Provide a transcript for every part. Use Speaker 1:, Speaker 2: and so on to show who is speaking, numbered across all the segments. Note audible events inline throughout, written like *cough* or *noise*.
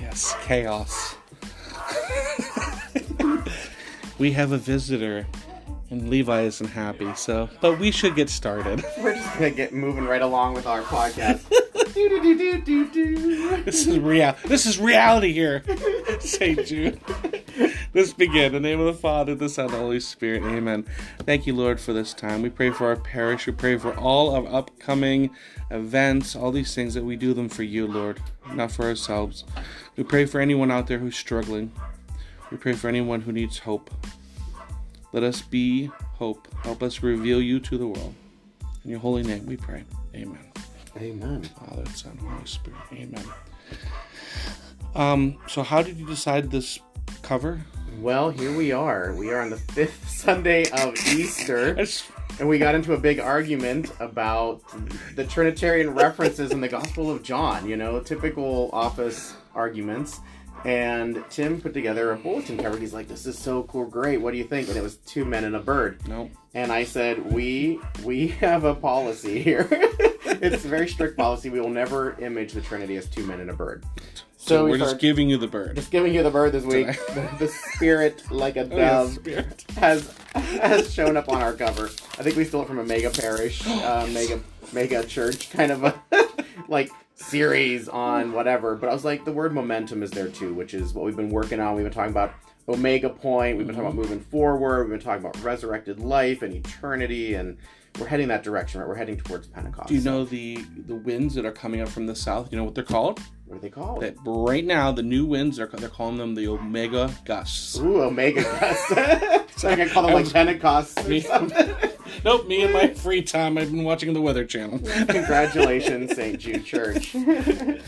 Speaker 1: Yes, chaos. *laughs* we have a visitor, and Levi isn't happy, so. But we should get started. *laughs*
Speaker 2: We're just gonna get moving right along with our podcast.
Speaker 1: This is real. This is reality here. St. Jude. Let's begin. In the name of the Father, the Son, the Holy Spirit. Amen. Thank you, Lord, for this time. We pray for our parish. We pray for all of upcoming events, all these things that we do them for you, Lord, not for ourselves. We pray for anyone out there who's struggling. We pray for anyone who needs hope. Let us be hope. Help us reveal you to the world. In your holy name we pray. Amen.
Speaker 2: Amen.
Speaker 1: Father, Son, Holy Spirit. Amen. Um, so how did you decide this cover?
Speaker 2: Well, here we are. We are on the fifth *laughs* Sunday of Easter,
Speaker 1: It's
Speaker 2: and we got into a big argument about the Trinitarian references in the Gospel of John. You know, typical office arguments. And Tim put together a bulletin cover. He's like, "This is so cool, great. What do you think?" And it was two men and a bird.
Speaker 1: no.
Speaker 2: and I said, "We we have a policy here. *laughs* it's a very strict policy. We will never image the Trinity as two men and a bird."
Speaker 1: So,
Speaker 2: we
Speaker 1: we're just
Speaker 2: started-
Speaker 1: giving you the bird.
Speaker 2: just giving you the bird
Speaker 1: *laughs*
Speaker 2: this week. the,
Speaker 1: Today.
Speaker 2: the spirit, like a
Speaker 1: Oh, yeah,
Speaker 2: dove,
Speaker 1: spirit.
Speaker 2: has has shown up on our cover. I think we stole it from a mega parish, uh, mega mega church kind of a *laughs* like series on whatever. But I was like, the word momentum is there too, which is what we've been working on. We've been talking about omega point. We've been talking about
Speaker 1: Mm-hmm.
Speaker 2: moving forward. We've been talking about resurrected life and eternity, and we're heading that direction. Right, we're heading towards Pentecost.
Speaker 1: Do you know the the winds that are coming up from the south? You know what they're called?
Speaker 2: what do they call
Speaker 1: That
Speaker 2: it?
Speaker 1: right now the new winds are they're calling them the omega gusts.
Speaker 2: Ooh, omega gust. *laughs* so I can call it like Pentecost. or something.
Speaker 1: *laughs* Nope, me and my free time I've been watching the weather *laughs* channel.
Speaker 2: Congratulations, St.
Speaker 1: *laughs*
Speaker 2: Jude Church and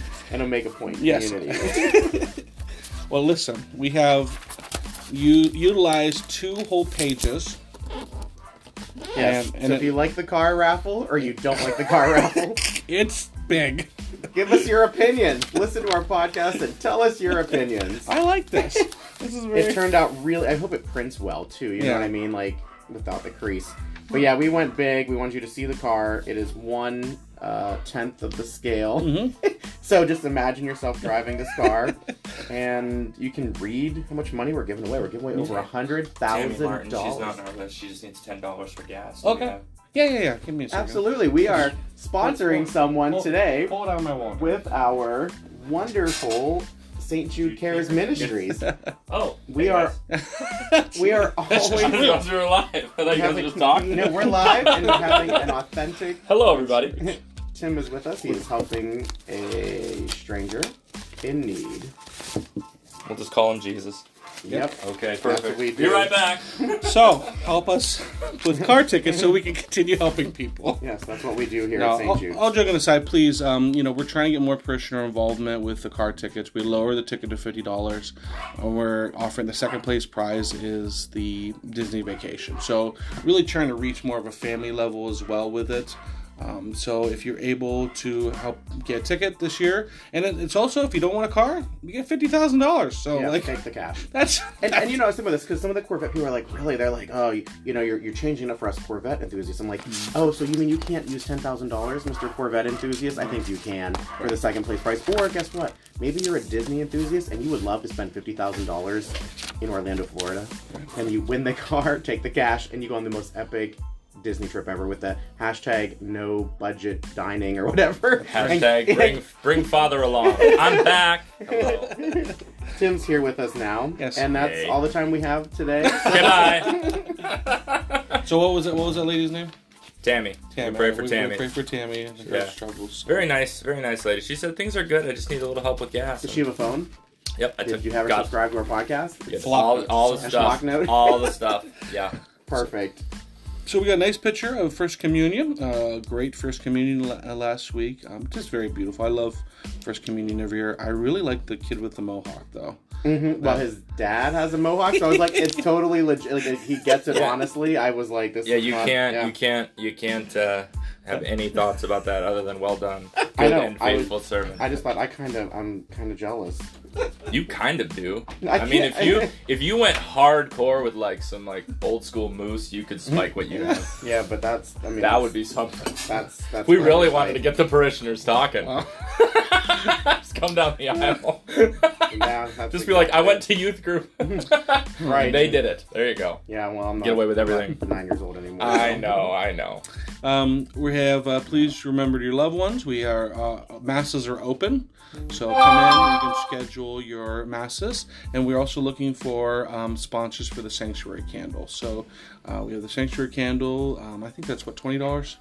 Speaker 2: Omega Point
Speaker 1: Yes.
Speaker 2: Community.
Speaker 1: *laughs* Well, listen, we have you utilized two whole pages.
Speaker 2: Yes.
Speaker 1: And- and
Speaker 2: so
Speaker 1: it-
Speaker 2: if you like the car raffle or you don't like
Speaker 1: *laughs*
Speaker 2: the car raffle,
Speaker 1: It's big.
Speaker 2: give us your opinion. Listen to our podcast and tell us your
Speaker 1: *laughs*
Speaker 2: opinions.
Speaker 1: I like
Speaker 2: *laughs*
Speaker 1: this. This is very
Speaker 2: It turned out really. I hope it prints well too. You know
Speaker 1: Yeah.
Speaker 2: what I mean? Like without the crease. But yeah, we went big. We want you to see the car. It is one uh, tenth of the scale.
Speaker 1: Mm-hmm.
Speaker 2: *laughs* so just imagine yourself driving this
Speaker 1: *laughs*
Speaker 2: car, and you can read how much money we're giving away. We're giving away over a hundred
Speaker 3: Tammy Martin,
Speaker 2: thousand
Speaker 3: she's not
Speaker 2: dollars.
Speaker 3: on our list. She just needs ten dollars for
Speaker 1: *laughs*
Speaker 3: gas.
Speaker 1: Okay. Yeah, yeah, yeah. Give me a second.
Speaker 2: Absolutely, we are sponsoring someone
Speaker 1: Hold-
Speaker 2: today
Speaker 1: Hold on, my wallet.
Speaker 2: with our wonderful St. Jude Cares Ministries.
Speaker 3: Oh,
Speaker 2: We are we
Speaker 3: *laughs*
Speaker 2: are
Speaker 3: That's just, *laughs* I thought
Speaker 2: always
Speaker 3: you guys were alive. I thought you guys were
Speaker 2: having,
Speaker 3: just talking.
Speaker 2: no, we're live and we're having an authentic.
Speaker 3: *laughs* Hello, everybody.
Speaker 2: *laughs* Tim is with us. He is helping a stranger in need.
Speaker 3: We'll just call him Jesus.
Speaker 2: Yep.
Speaker 3: Okay,
Speaker 2: what we
Speaker 3: Be
Speaker 2: do. *laughs*
Speaker 3: right back.
Speaker 1: *laughs* So help us with car tickets so we can continue helping people.
Speaker 2: Yes, that's what we do here
Speaker 1: Now,
Speaker 2: at St. Jude.
Speaker 1: all, all joking aside, please, um, you know, we're trying to get more parishioner involvement with the car tickets. We lower the ticket to fifty dollars, and we're offering the second place prize is the Disney vacation. So, really trying to reach more of a family level as well with it. Um, so, if you're able to help get a ticket this year, and it, it's also if you don't want a car, you get fifty thousand dollars. So,
Speaker 2: yeah,
Speaker 1: like,
Speaker 2: take the cash.
Speaker 1: that's
Speaker 2: And, and you know some of this because some of the Corvette people are like, really, they're like, oh, you, you know, you're, you're changing up for us Corvette enthusiasts. I'm like,
Speaker 3: Mm.
Speaker 2: oh, so you mean you can't use ten thousand dollars, Mister Corvette enthusiast? I think you can for the second place prize. Or guess what? Maybe you're a Disney enthusiast and you would love to spend fifty thousand dollars in Orlando, Florida, and you win the car, *laughs* take the cash, and you go on the most epic. Disney trip ever with the hashtag no budget dining or whatever. *laughs*
Speaker 3: Hashtag
Speaker 2: And-
Speaker 3: bring bring father along. I'm back. Hello.
Speaker 2: Tim's here with us now.
Speaker 1: Yes.
Speaker 2: And that's
Speaker 3: Yay.
Speaker 2: all the time we have today.
Speaker 3: *laughs* Goodbye.
Speaker 1: *laughs* so. What was it? What was that lady's name?
Speaker 3: Tammy. We pray for
Speaker 1: we-
Speaker 3: Tammy.
Speaker 1: We pray for Tammy and her
Speaker 3: Yeah.
Speaker 1: struggles.
Speaker 3: Very nice, very nice lady. She said things are good. I just need a little help with gas.
Speaker 2: Does she have a phone?
Speaker 3: yep, I took
Speaker 2: Did you have her
Speaker 3: got-
Speaker 2: subscribe to our podcast?
Speaker 3: yes,
Speaker 1: Flock
Speaker 3: all,
Speaker 1: notes.
Speaker 2: A
Speaker 3: all
Speaker 2: flock
Speaker 3: the stuff.
Speaker 2: note.
Speaker 3: All the stuff.
Speaker 2: *laughs*
Speaker 3: Yeah.
Speaker 2: Perfect.
Speaker 1: So we got a nice picture of First Communion. Uh, great First Communion la- uh, last week. Um, just very beautiful. I love First Communion every year. I really like the kid with the mohawk though.
Speaker 2: Mhm. Well, his dad has a mohawk, so I was like, it's totally legit. Like, if he gets it
Speaker 3: Yeah.
Speaker 2: honestly. I was like, this.
Speaker 3: Yeah,
Speaker 2: is
Speaker 3: you
Speaker 2: not-
Speaker 3: can't,
Speaker 2: Uh, yeah.
Speaker 3: you can't, you can't uh, have any thoughts about that other than well done, good
Speaker 2: *laughs* I know,
Speaker 3: and
Speaker 2: I was-
Speaker 3: faithful servant.
Speaker 2: I just thought I kind of, I'm kind of jealous.
Speaker 3: you kind of do.
Speaker 2: I
Speaker 3: I, mean,
Speaker 2: can't- *laughs*
Speaker 3: if you if you went hardcore with like some like old school moose, you could spike what you
Speaker 2: *laughs*
Speaker 3: have.
Speaker 2: Yeah, but that's. I mean,
Speaker 3: That would be something.
Speaker 2: That's that's.
Speaker 3: We
Speaker 2: what I
Speaker 3: really
Speaker 2: was
Speaker 3: wanted to
Speaker 2: like.
Speaker 3: get the parishioners talking.
Speaker 1: Wow.
Speaker 3: *laughs* Just come down
Speaker 2: *laughs*
Speaker 3: the aisle.
Speaker 2: Yeah, that's
Speaker 3: Just be like, I
Speaker 2: exactly
Speaker 3: went to youth group.
Speaker 2: *laughs* Right.
Speaker 3: They did it. There you go.
Speaker 2: Yeah, well, I'm not,
Speaker 3: Get away with
Speaker 2: I'm not
Speaker 3: everything.
Speaker 2: Nine years old anymore.
Speaker 3: I
Speaker 2: so.
Speaker 3: know, I know.
Speaker 1: Um, we have uh, please remember your loved ones. We are uh, masses are open, so come in. You can schedule your masses, and we're also looking for um, sponsors for the sanctuary candle. So uh, we have the sanctuary candle. Um, I think that's what twenty dollars.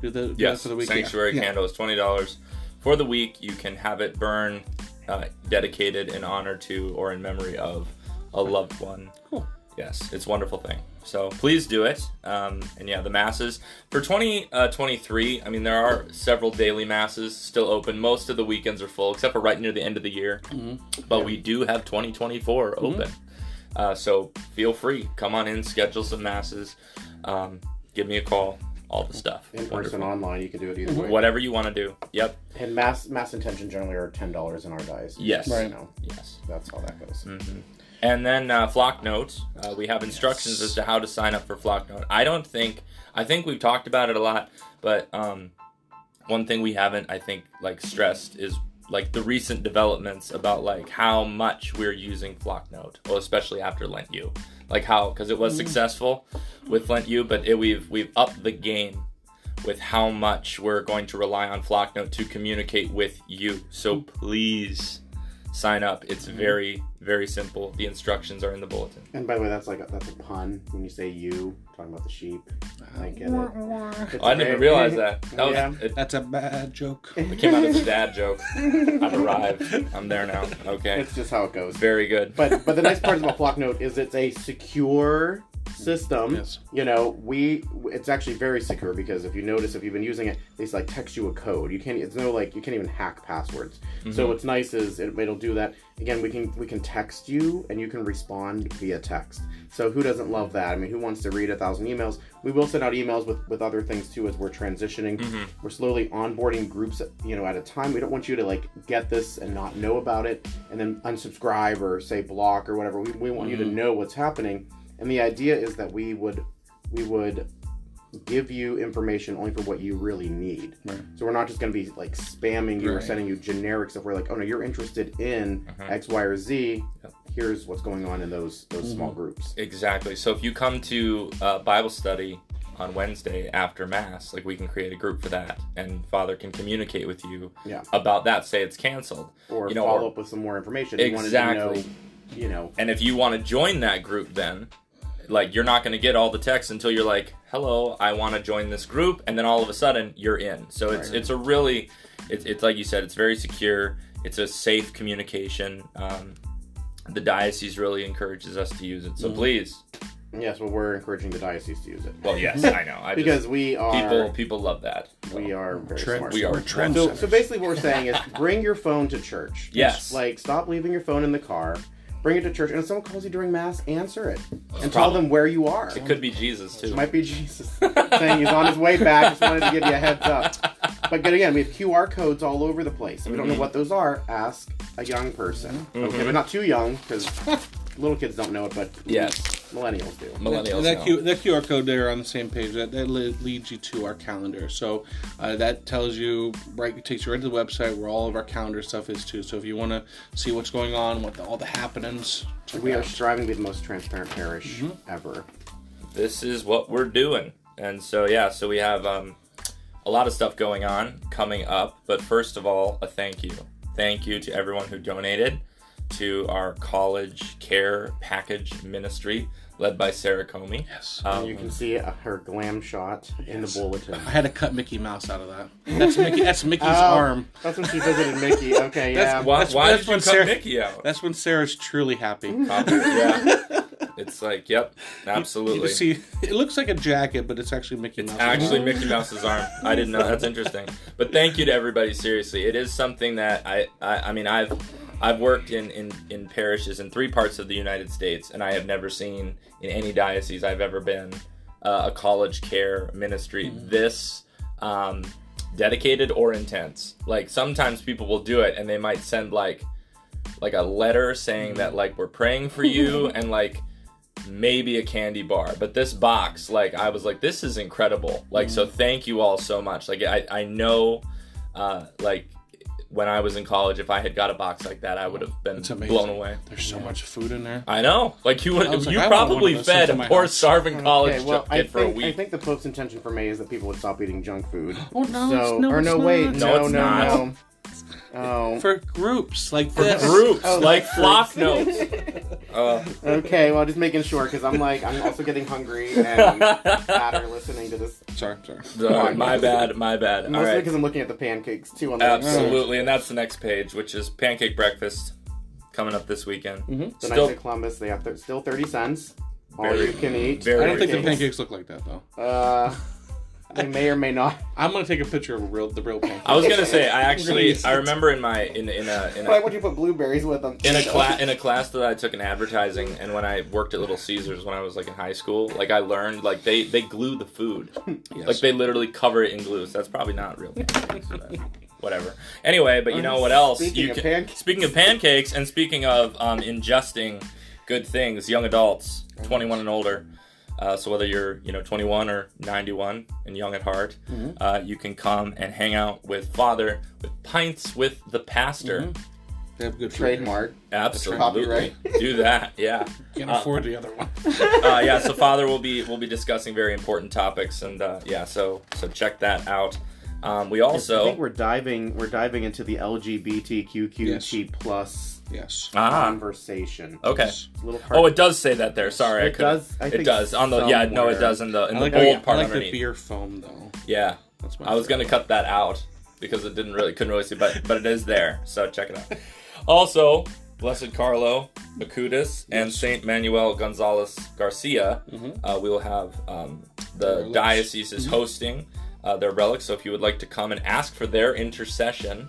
Speaker 1: Do the do that
Speaker 3: Yes,
Speaker 1: for the week.
Speaker 3: sanctuary
Speaker 1: Yeah.
Speaker 3: candle is twenty dollars for the week. You can have it burn, uh, dedicated in honor to or in memory of a loved one.
Speaker 1: Cool.
Speaker 3: Yes, it's a wonderful thing. So please do it. Um, and yeah, the masses for 2023. I mean, there are several daily masses still open. Most of the weekends are full, except for right near the end of the year.
Speaker 1: Mm-hmm.
Speaker 3: But we do have 2024 open. Uh, so feel free, come on in, schedule some masses, um, give me a call, all the stuff.
Speaker 2: In person,
Speaker 3: Wonderful. Mm-hmm.
Speaker 2: online, you can do it either way.
Speaker 3: Whatever you want to do. Yep.
Speaker 2: And mass mass intention generally are ten dollars in our dice.
Speaker 3: Yes. Mm-hmm.
Speaker 2: You
Speaker 1: Right.
Speaker 2: know,
Speaker 3: Yes.
Speaker 2: that's how that goes.
Speaker 3: And then uh, Flock Notes. Uh, we have instructions as to how to sign up for Flock Note. I don't think I think we've talked about it a lot, but um, one thing we haven't I think like stressed is like the recent developments about like how much we're using Flock Note, well, especially after Lent U. Like how because it was successful with Lent U, but it, we've we've upped the game with how much we're going to rely on Flock Note to communicate with you. So please sign up. It's
Speaker 2: Mm-hmm.
Speaker 3: very, very simple. The instructions are in the bulletin.
Speaker 2: And by the way, that's like a, that's a pun when you say you talking about the sheep. I get it. It's
Speaker 3: Oh, I didn't
Speaker 2: okay.
Speaker 3: even realize that. That was
Speaker 2: Yeah.
Speaker 3: it,
Speaker 1: That's a bad joke.
Speaker 3: it came out as
Speaker 2: *laughs*
Speaker 3: a dad joke. I've arrived. I'm there now. Okay.
Speaker 2: It's just how it goes.
Speaker 3: Very good.
Speaker 2: But but the nice part about Flock Note is it's a secure system.
Speaker 1: Yes.
Speaker 2: Um, You know, we it's actually very secure because if you notice, if you've been using it, they like text you a code. You can't. It's no like you can't even hack passwords. So what's nice is it, it'll do that. Again, we can we can text you and you can respond via text. So who doesn't love that? I mean, who wants to read a thousand emails? We will send out emails with with other things too as we're transitioning. We're slowly onboarding groups, you know, at a time. We don't want you to like get this and not know about it and then unsubscribe or say block or whatever. We, we want you to know what's happening. And the idea is that we would we would give you information only for what you really need.
Speaker 1: Right.
Speaker 2: So we're not just going to be like spamming you or
Speaker 1: Right.
Speaker 2: sending you generic stuff. We're like, oh no, you're interested in X, Y, or Z.
Speaker 3: Uh-huh. Yep. Mm-hmm.
Speaker 2: Here's what's going on in those those small groups.
Speaker 3: Exactly. So if you come to uh, Bible study on Wednesday after Mass, like we can create a group for that, and Father can communicate with you
Speaker 2: Yeah.
Speaker 3: about that. Say it's canceled,
Speaker 2: Or
Speaker 3: you know,
Speaker 2: follow
Speaker 3: or-
Speaker 2: up with some more information. You wanted
Speaker 3: Exactly.
Speaker 2: to know, you know,
Speaker 3: And if you want to join that group, then like you're not going to get all the texts until you're like, "Hello, I want to join this group," and then all of a sudden you're in. So it's
Speaker 2: Right.
Speaker 3: it's a really it's it's like you said, it's very secure. It's a safe communication. Um, the diocese really encourages us to use it.
Speaker 2: Mm.
Speaker 3: So please,
Speaker 2: yes, well, we're encouraging the diocese to use it
Speaker 3: well,
Speaker 2: *laughs*
Speaker 3: yes, I know. I
Speaker 2: because
Speaker 3: just,
Speaker 2: we are
Speaker 3: people people love that.
Speaker 2: we are very
Speaker 1: Trend-
Speaker 2: smart.
Speaker 3: we are
Speaker 1: We're trendsetters.
Speaker 2: So, so basically, what we're saying is bring your phone to
Speaker 3: *laughs*
Speaker 2: church.
Speaker 3: Yes.
Speaker 2: Like, stop leaving your phone in the car. Bring it to church. And if someone calls you during Mass, answer it. And tell
Speaker 3: Problem.
Speaker 2: them where you are. It
Speaker 3: Could be Jesus too.
Speaker 2: might be Jesus *laughs* saying he's on his way back. Just wanted to give you a heads up. But good again, we have QR codes all over the place. If we don't
Speaker 3: Mm-hmm.
Speaker 2: know what those are, ask a young person. Okay, but not too young
Speaker 3: *laughs*
Speaker 2: because little kids don't know it, but
Speaker 3: Yes,
Speaker 2: millennials do.
Speaker 3: millennials.
Speaker 1: that,
Speaker 3: know.
Speaker 1: Q, that QR code there on the same page that, that le- leads you to our calendar. So uh, that tells you right, it takes you right to the website where all of our calendar stuff is too. So if you want to see what's going on, what the, all the happenings, check
Speaker 2: We
Speaker 1: it
Speaker 2: are
Speaker 1: out.
Speaker 2: striving to be the most transparent parish
Speaker 3: Mm-hmm.
Speaker 2: ever.
Speaker 3: this is what we're doing. And so yeah, so we have um, a lot of stuff going on coming up. But first of all, a thank you. Thank you to everyone who donated to our college care package ministry led by Sarah Comey.
Speaker 1: Yes.
Speaker 3: Um,
Speaker 2: You can see uh, her glam shot in the bulletin.
Speaker 1: I had to cut Mickey Mouse out of that. That's Mickey. *laughs* That's Mickey's
Speaker 2: Oh,
Speaker 1: arm.
Speaker 2: That's when she visited
Speaker 3: *laughs*
Speaker 2: Mickey. Okay, yeah.
Speaker 3: why
Speaker 1: That's-
Speaker 3: why
Speaker 1: that's
Speaker 3: did you
Speaker 1: when
Speaker 3: cut
Speaker 1: Sarah-
Speaker 3: Mickey
Speaker 1: *laughs*
Speaker 3: out?
Speaker 1: That's when Sarah's truly happy.
Speaker 3: yeah. It's like, yep,
Speaker 1: You
Speaker 3: absolutely.
Speaker 1: see, *laughs* it looks like a jacket, but it's actually Mickey Mouse.
Speaker 3: Actually, Mickey Mouse's arm. I didn't know. That's interesting. But thank you to everybody. Seriously, it is something that I, I, I mean, I've, I've worked in, in in parishes in three parts of the United States, and I have never seen in any diocese I've ever been uh, a college care ministry
Speaker 1: Mm.
Speaker 3: this um, dedicated or intense. Like sometimes people will do it, and they might send like like a letter saying that like we're praying for you and like maybe a candy bar but this box like i was like this is incredible like so thank you all so much like i i know uh like when I was in college, if I had got a box like that, I would have been
Speaker 1: It's amazing.
Speaker 3: blown away.
Speaker 1: There's so much food in there.
Speaker 3: I know. Like you would,
Speaker 1: I was like,
Speaker 3: you
Speaker 1: I want one
Speaker 3: probably
Speaker 1: of those sent
Speaker 3: fed
Speaker 1: to
Speaker 3: a
Speaker 1: my
Speaker 3: poor
Speaker 1: house.
Speaker 3: starving college
Speaker 2: Okay, well, I
Speaker 3: kid
Speaker 2: think,
Speaker 3: for a
Speaker 2: I
Speaker 3: week.
Speaker 2: think the Pope's intention for May is that people would stop eating junk food.
Speaker 1: Oh, *gasps* no,
Speaker 2: So-
Speaker 1: it's- no,
Speaker 2: or
Speaker 1: it's
Speaker 2: no, wait,
Speaker 1: not.
Speaker 3: No,
Speaker 2: no, no,
Speaker 3: it's
Speaker 2: no.
Speaker 3: *laughs*
Speaker 2: Oh,
Speaker 1: For groups like this. *laughs*
Speaker 3: Groups
Speaker 2: Oh,
Speaker 3: like
Speaker 2: like
Speaker 3: flock notes. Uh,
Speaker 2: Oh, okay. Well, just making sure because I'm like I'm also getting hungry
Speaker 3: *laughs*
Speaker 2: and fatter listening to this.
Speaker 1: Sorry, sorry.
Speaker 3: sorry, my bad, my bad. All
Speaker 2: Mostly
Speaker 3: right,
Speaker 2: because I'm looking at the pancakes too. On the
Speaker 3: absolutely, and that's the next page, which is pancake breakfast coming up this weekend.
Speaker 2: Mm-hmm. The
Speaker 3: Still-
Speaker 2: nights at Columbus, they have th- still 30 cents. All
Speaker 3: Very-
Speaker 2: you can eat.
Speaker 3: very
Speaker 1: I don't think the
Speaker 2: Pancakes.
Speaker 1: pancakes look like that though.
Speaker 2: Uh, they may or may not.
Speaker 1: I'm gonna take a picture of a real the real pancake.
Speaker 3: I was gonna say, I actually,
Speaker 1: use
Speaker 3: I remember in my in in a
Speaker 2: *laughs*
Speaker 3: in
Speaker 2: Why
Speaker 3: a
Speaker 2: would you put blueberries with them? *laughs*
Speaker 3: in a class in a class that I took in advertising, and when I worked at Little Caesars when I was like in high school, like I learned like they they glue the
Speaker 2: *laughs*
Speaker 3: food, like they literally cover it in glue. So that's probably not real. pancakes, but Whatever. Anyway, but you know what else?
Speaker 2: Speaking
Speaker 3: you
Speaker 2: of pancakes.
Speaker 3: speaking of pancakes, and speaking of um, ingesting good things, young adults, 21 and older. Uh, so whether you're you know 21 or 91 and young at heart,
Speaker 2: Mm-hmm.
Speaker 3: uh, you can come and hang out with Father with pints with the pastor.
Speaker 2: Mm-hmm.
Speaker 1: Mm-hmm. They have good food.
Speaker 2: Trademark.
Speaker 3: Absolutely,
Speaker 2: Copyright. *laughs*
Speaker 3: do that. Yeah,
Speaker 1: Can't afford the
Speaker 3: *laughs*
Speaker 1: other one.
Speaker 3: uh, yeah. So Father will be will be discussing very important topics, and uh, yeah, so so check that out. Um, we
Speaker 2: I
Speaker 3: also
Speaker 2: think we're diving we're diving into the LGBTQQT plus
Speaker 1: Yes.
Speaker 3: ah
Speaker 2: conversation.
Speaker 3: okay.
Speaker 1: Yes.
Speaker 2: It's a little
Speaker 3: Oh,
Speaker 2: part-
Speaker 3: it does say that there. Sorry, I
Speaker 2: It
Speaker 3: could.
Speaker 2: does, I
Speaker 3: it
Speaker 2: think,
Speaker 3: does on the yeah. No, it
Speaker 2: somewhere.
Speaker 3: does in the in
Speaker 1: I
Speaker 3: the
Speaker 1: like,
Speaker 3: bold
Speaker 1: the, I
Speaker 3: part
Speaker 1: like the
Speaker 3: underneath.
Speaker 1: beer foam though.
Speaker 3: Yeah,
Speaker 1: That's my
Speaker 3: I was gonna cut that out because it didn't really couldn't really see, but but it is there. So check it out. Also, Blessed Carlo Acutis and Saint Manuel Gonzalez Garcia. Uh, we will have um, the
Speaker 1: Relics.
Speaker 3: diocese is hosting uh, their relics. So if you would like to come and ask for their intercession,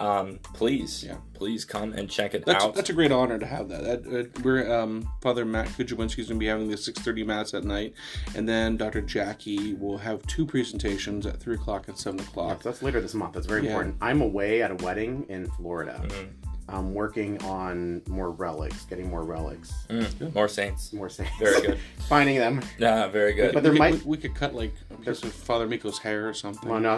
Speaker 3: um, please,
Speaker 1: Yeah.
Speaker 3: please come and check it
Speaker 1: That's,
Speaker 3: out.
Speaker 1: that's a great honor to have that. that uh, we're um, Father Matt Kujawinski is going to be having the 6:30 mass at night, and then Dr. Jackie will have two presentations at three o'clock and seven o'clock.
Speaker 2: So that's later this month. That's very important. I'm away at a wedding in Florida.
Speaker 3: Mm-hmm.
Speaker 2: I'm working on more relics, getting more relics,
Speaker 3: Mm, more saints.
Speaker 2: more saints,
Speaker 3: Very good.
Speaker 2: *laughs* finding
Speaker 3: *laughs*
Speaker 2: them.
Speaker 3: Yeah, very good.
Speaker 2: But
Speaker 1: we,
Speaker 2: there
Speaker 1: could,
Speaker 2: might
Speaker 1: we, we could cut like a piece of Father Miko's hair or something.
Speaker 2: Well, no,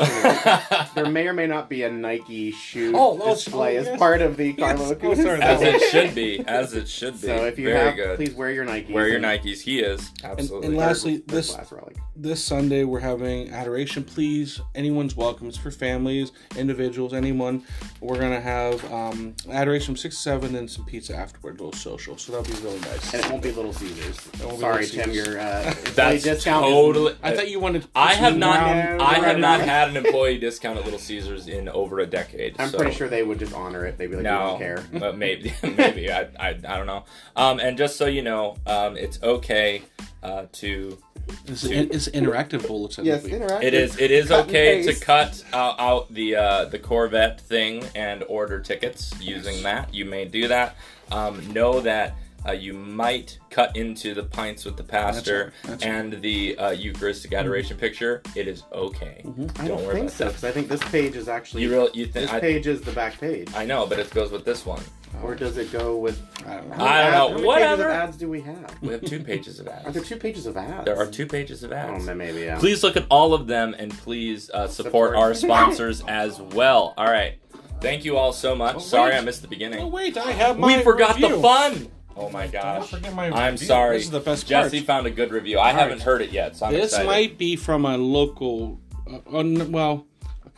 Speaker 2: there may or may not be a Nike shoe
Speaker 1: Oh, no,
Speaker 2: display
Speaker 1: oh,
Speaker 2: as
Speaker 1: yes.
Speaker 2: part of the Carlo
Speaker 1: Yes. Oh,
Speaker 2: Acutis
Speaker 1: sorry,
Speaker 3: as
Speaker 1: that's
Speaker 2: album.
Speaker 3: it should be. As it should
Speaker 2: *laughs*
Speaker 3: be.
Speaker 2: So if you
Speaker 3: very
Speaker 2: have,
Speaker 3: good.
Speaker 2: please wear your Nike.
Speaker 3: Wear your Nikes. He is absolutely.
Speaker 1: and last- Lastly, this-
Speaker 2: last relic.
Speaker 1: this Sunday we're having adoration. Please, anyone's welcome. It's for families, individuals, anyone. We're gonna have um, adoration from six to seven, and some pizza afterwards. A little social, so that'll be really nice.
Speaker 2: And it won't be Little Caesars.
Speaker 1: won't be
Speaker 2: Sorry,
Speaker 1: Little
Speaker 2: Tim.
Speaker 1: Caesars.
Speaker 2: Your
Speaker 3: *laughs*
Speaker 2: uh, employee
Speaker 3: That's
Speaker 2: discount. is-
Speaker 3: totally.
Speaker 1: I thought you wanted.
Speaker 3: I have not.
Speaker 2: No,
Speaker 3: I have
Speaker 2: no.
Speaker 3: not had an employee discount at Little Caesars in over a decade.
Speaker 2: I'm
Speaker 3: so-
Speaker 2: pretty sure they would just honor it. They'd be like, we
Speaker 3: No,
Speaker 2: don't care.
Speaker 3: *laughs* but maybe, maybe I, I, I don't know. Um, and just so you know, um, it's okay uh, to.
Speaker 1: It's, it's interactive bulletin.
Speaker 2: Yes,
Speaker 1: that we-
Speaker 2: interact.
Speaker 3: It is. It is
Speaker 2: Cut and
Speaker 3: okay to
Speaker 2: paste.
Speaker 3: cut uh, out the uh, the Corvette thing and order tickets using that. You may do that. Um, know that. Uh, you might cut into the pints with the pastor
Speaker 1: That's right, that's
Speaker 3: and the uh, Eucharistic adoration picture. It is okay.
Speaker 2: Mm-hmm. I don't,
Speaker 3: worry
Speaker 2: think
Speaker 3: about
Speaker 2: so because I think this page is actually.
Speaker 3: You really? You think?
Speaker 2: this
Speaker 3: I,
Speaker 2: page is the back page,
Speaker 3: I know, but it goes with this one.
Speaker 2: or does it go with?
Speaker 1: I don't know.
Speaker 3: I don't know.
Speaker 2: How many Pages
Speaker 3: Whatever.
Speaker 2: of ads do we have?
Speaker 3: We have
Speaker 2: *laughs*
Speaker 3: two pages of
Speaker 2: Are there
Speaker 3: ads.
Speaker 2: two pages of ads?
Speaker 3: There are two pages of
Speaker 2: Oh,
Speaker 3: ads.
Speaker 2: then maybe yeah.
Speaker 3: Please look at all of them and please uh, support
Speaker 2: Support.
Speaker 3: *laughs* our sponsors as well. All right. Thank you all so much. Sorry I missed the
Speaker 1: Oh
Speaker 3: beginning.
Speaker 1: wait, I have my.
Speaker 3: We forgot the
Speaker 1: review.
Speaker 3: fun. Oh my
Speaker 1: I
Speaker 3: gosh.
Speaker 1: forget my
Speaker 3: I'm
Speaker 1: review.
Speaker 3: sorry.
Speaker 1: This is the best part.
Speaker 3: Jesse found a good review. I haven't heard it yet, so I'm
Speaker 1: This
Speaker 3: excited.
Speaker 1: might be from a local, uh, un, well,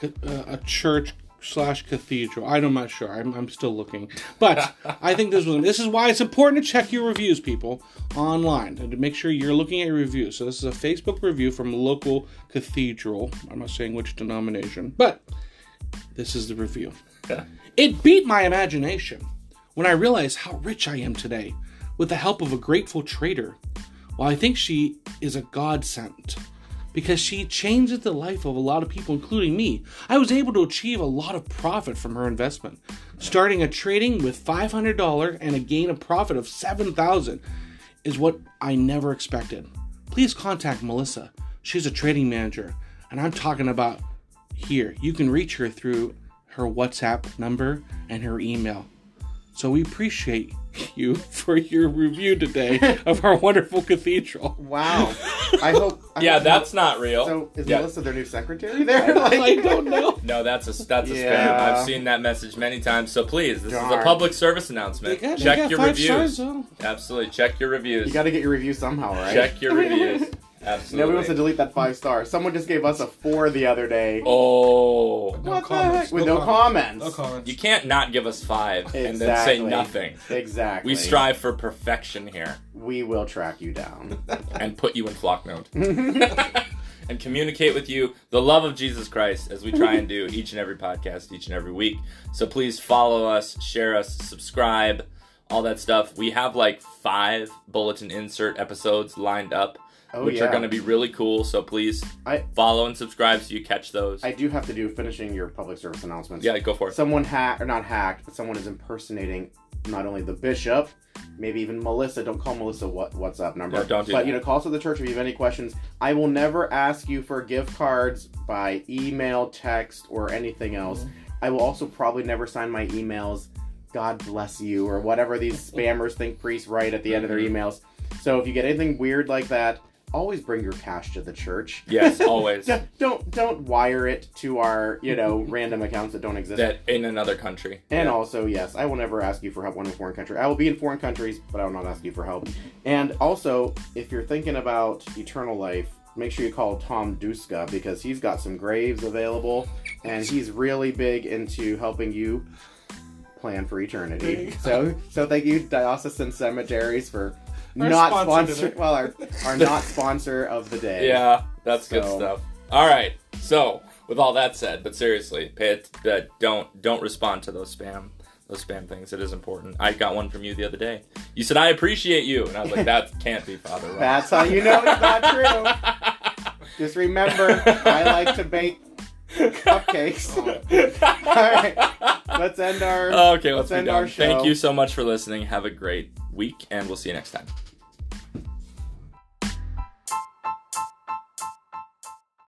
Speaker 1: a, uh, a church slash cathedral. I don't- I'm not sure. I'm, I'm still looking, but I think this was. This is why it's important to check your reviews, people, online, and to make sure you're looking at your reviews. So this is a Facebook review from a local cathedral. I'm not saying which denomination, but this is the review. It beat my imagination when I realized how rich I am today with the help of a grateful trader. Well, I think she is a godsend because she changes the life of a lot of people, including me. I was able to achieve a lot of profit from her investment, starting a trading with $500 and a gain of profit of 7,000 is what I never expected. Please contact Melissa. She's a trading manager, and I'm talking about here. You can reach her through her WhatsApp number and her email. So we *laughs* appreciate you for your review today of our wonderful cathedral.
Speaker 3: *laughs*
Speaker 2: Wow. I hope. I
Speaker 3: yeah,
Speaker 2: hope-
Speaker 3: that's not real.
Speaker 2: So is
Speaker 3: yeah.
Speaker 2: Melissa their new
Speaker 3: *laughs*
Speaker 2: secretary there?
Speaker 1: I don't know.
Speaker 3: No, that's a that's a
Speaker 2: Yeah.
Speaker 3: spam. I've seen that message many times. So please, this is a
Speaker 2: Darn.
Speaker 3: public service
Speaker 1: They
Speaker 3: announcement.
Speaker 1: got, they
Speaker 3: Check
Speaker 1: got
Speaker 3: your
Speaker 1: five
Speaker 3: reviews.
Speaker 1: stars, though.
Speaker 3: Absolutely, check your reviews.
Speaker 2: You got to get your review somehow, right?
Speaker 3: Check *laughs* your reviews. Absolutely.
Speaker 2: Nobody wants to delete that five star. Someone just gave us a four the other day.
Speaker 3: oh,
Speaker 4: No
Speaker 2: what the
Speaker 4: comments.
Speaker 2: heck? With
Speaker 4: No
Speaker 2: no,
Speaker 4: comments.
Speaker 2: comments.
Speaker 4: No comments.
Speaker 3: you can't not give us five and then say
Speaker 2: Exactly.
Speaker 3: nothing.
Speaker 2: Exactly.
Speaker 3: We strive for perfection here
Speaker 2: We will track you
Speaker 3: *laughs*
Speaker 2: down.
Speaker 3: and put you in flock note and communicate with you the love of Jesus Christ as we try and do each and every podcast each and every week. So please follow us, share us, subscribe, all that stuff. We have like five bulletin insert episodes lined up,
Speaker 2: Oh
Speaker 3: which
Speaker 2: yeah.
Speaker 3: are going to be really cool. So please
Speaker 2: I-
Speaker 3: follow and subscribe so you catch those.
Speaker 2: I do have to do finishing your public service announcements.
Speaker 3: yeah, go for it.
Speaker 2: Someone hacked or not hacked. but Someone is impersonating not only the bishop, maybe even Melissa. Don't call Melissa what what's up number.
Speaker 3: No, don't do
Speaker 2: but
Speaker 3: that.
Speaker 2: you know, call us at the church if you have any questions. I will never ask you for gift cards by email, text, or anything else.
Speaker 3: Mm-hmm.
Speaker 2: I will also probably never sign my emails. God bless you, or whatever
Speaker 3: *laughs*
Speaker 2: these spammers think priests write at the end of their
Speaker 3: Mhm.
Speaker 2: emails. So if you get anything weird like that, always bring your cash to the church. *laughs*
Speaker 3: Yes, always.
Speaker 2: D- don't don't wire it to our you
Speaker 3: *laughs*
Speaker 2: know random accounts that don't exist.
Speaker 3: that in another country.
Speaker 2: and also, yes, I will never ask you for help when in a foreign country. I will be in foreign countries, but I will not ask you for help. And also, if you're thinking about eternal life, make sure you call Tom Duska because he's got some graves available, and he's really big into helping you plan for eternity. So, so thank you, Diocesan Cemeteries, for
Speaker 4: Our
Speaker 2: not
Speaker 4: sponsor
Speaker 2: sponsor.
Speaker 4: today.
Speaker 2: Well, our, our not sponsor of the day.
Speaker 3: Yeah, that's good
Speaker 2: So-
Speaker 3: stuff. All right. So, with all that said, but seriously, pay it, uh, don't don't respond to those spam those spam things. It is important. I got one from you the other day. You said I appreciate you, and I
Speaker 2: *laughs*
Speaker 3: was like, that can't be Father Ross.
Speaker 2: That's how you know it's not true. Just remember, I like to bake cupcakes. *laughs* All right, let's end our.
Speaker 3: Okay,
Speaker 2: Let's
Speaker 3: let's, be
Speaker 2: end
Speaker 3: done.
Speaker 2: our
Speaker 3: Thank
Speaker 2: show.
Speaker 3: you so much for listening. Have a great week, and we'll see you next time.